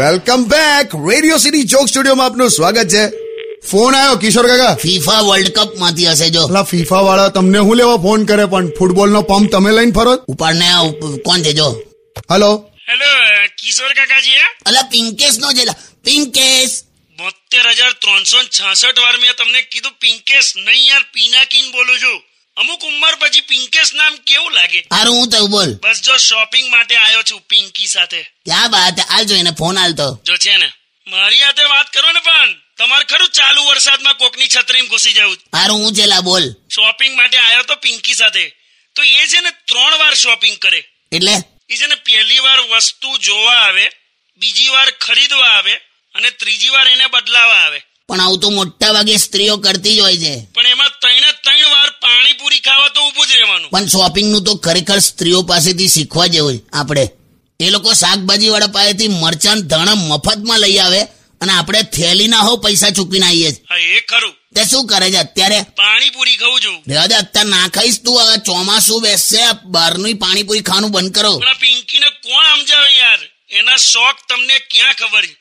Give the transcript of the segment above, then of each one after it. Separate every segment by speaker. Speaker 1: Welcome back Radio City joke સ્ટુડિયોમાં આપનું સ્વાગત છે ફોન આવ્યો કિશોર કાકા
Speaker 2: ફીફા વર્લ્ડ કપ માંથી હશે જો
Speaker 1: પેલા ફીફા વાળા તમને હું લેવા ફોન કરે પણ ફૂટબોલનો પંપ તમે લઈને ફરો
Speaker 2: ઉપાડને આ ઉપ- કોણ છે જો
Speaker 1: હલો
Speaker 3: હેલો કિશોર કાકાજી હે?
Speaker 2: અલા પિંકેશ નો જેલા પિંકેશ
Speaker 3: બોત્તેર હજાર ત્રણસો ને છાસઠ વાર મેં તમને કીધું પિંકેશ નહીં યાર પિનાકીન બોલું છું અમુક ઉંમર પછી પિંકેશ નામ કેવું લાગે
Speaker 2: હારું હું થયું બોલ
Speaker 3: બસ જો શોપિંગ માટે આવ્યો છું પિંકી સાથે
Speaker 2: ક્યાં વાત હાલ જો એને ફોન હાલતો
Speaker 3: જો છે ને મારી હાથે વાત કરો ને પણ તમારે ખરું ચાલુ વરસાદમાં કોકની છત્રીમાં ઘૂસી જવું
Speaker 2: હારું હું છેલા બોલ
Speaker 3: શોપિંગ માટે આવ્યો તો પિંકી સાથે તો એ છે ને ત્રણ વાર શોપિંગ કરે
Speaker 2: એટલે
Speaker 3: એ છે ને પહેલી વાર વસ્તુ જોવા આવે બીજી વાર ખરીદવા આવે અને ત્રીજી વાર એને બદલાવા આવે
Speaker 2: પણ આવું તો મોટા ભાગે સ્ત્રીઓ કરતી જ હોય છે
Speaker 3: પણ એમાં ત્રણે ત્રણ વાર પાણીપુરી ખાવા તો ઊભું જ રહેવાનું
Speaker 2: પણ શોપિંગ નું તો ખરેખર સ્ત્રીઓ પાસેથી શીખવા જેવું છે આપણે એ લોકો શાકભાજી વાળા પાસેથી મરચાં ધાણા મફતમાં લઈ આવે અને આપણે થેલીના હો પૈસા ચૂકીને આવીએ છીએ.
Speaker 3: હા એ ખરું
Speaker 2: તે શું કરે છે અત્યારે
Speaker 3: પાણીપુરી ખાઉં છું
Speaker 2: રહેવા દે અત્યારે ના ખાઈશ તું હવે ચોમાસું બેસશે આ બહારનું પાણીપુરી ખાવાનું બંધ કરો
Speaker 3: પણ આ પિંકીને કોણ સમજાવે યાર એના શોખ તમને ક્યાં ખબર છે?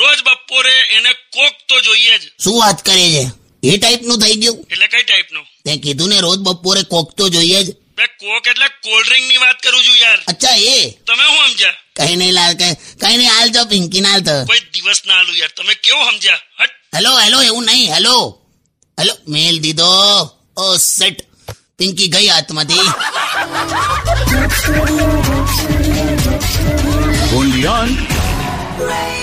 Speaker 3: રોજ બપોરે એને કોક તો જોઈએ જ
Speaker 2: શું વાત કરે છે એ ટાઈપનું થઈ ગયું
Speaker 3: એટલે કઈ ટાઈપનો
Speaker 2: તે કીધું ને રોજ બપોરે કોક તો જોઈએ જ
Speaker 3: બે કોક એટલે કોલ્ડ ડ્રિંક ની વાત કરું છું યાર
Speaker 2: અચ્છા એ
Speaker 3: તમે હું સમજ્યા
Speaker 2: કઈ નહીં લાલ કઈ કઈ નહીં હાલ તો પિંકી હાલ તો
Speaker 3: કોઈ દિવસ ના આલું યાર તમે કેવું સમજ્યા હટ
Speaker 2: હેલો હેલો એવું નહીં હેલો હેલો મેલ દીધો ઓ સેટ પિંકી ગઈ હાથમાંથી
Speaker 4: Only on
Speaker 5: Radio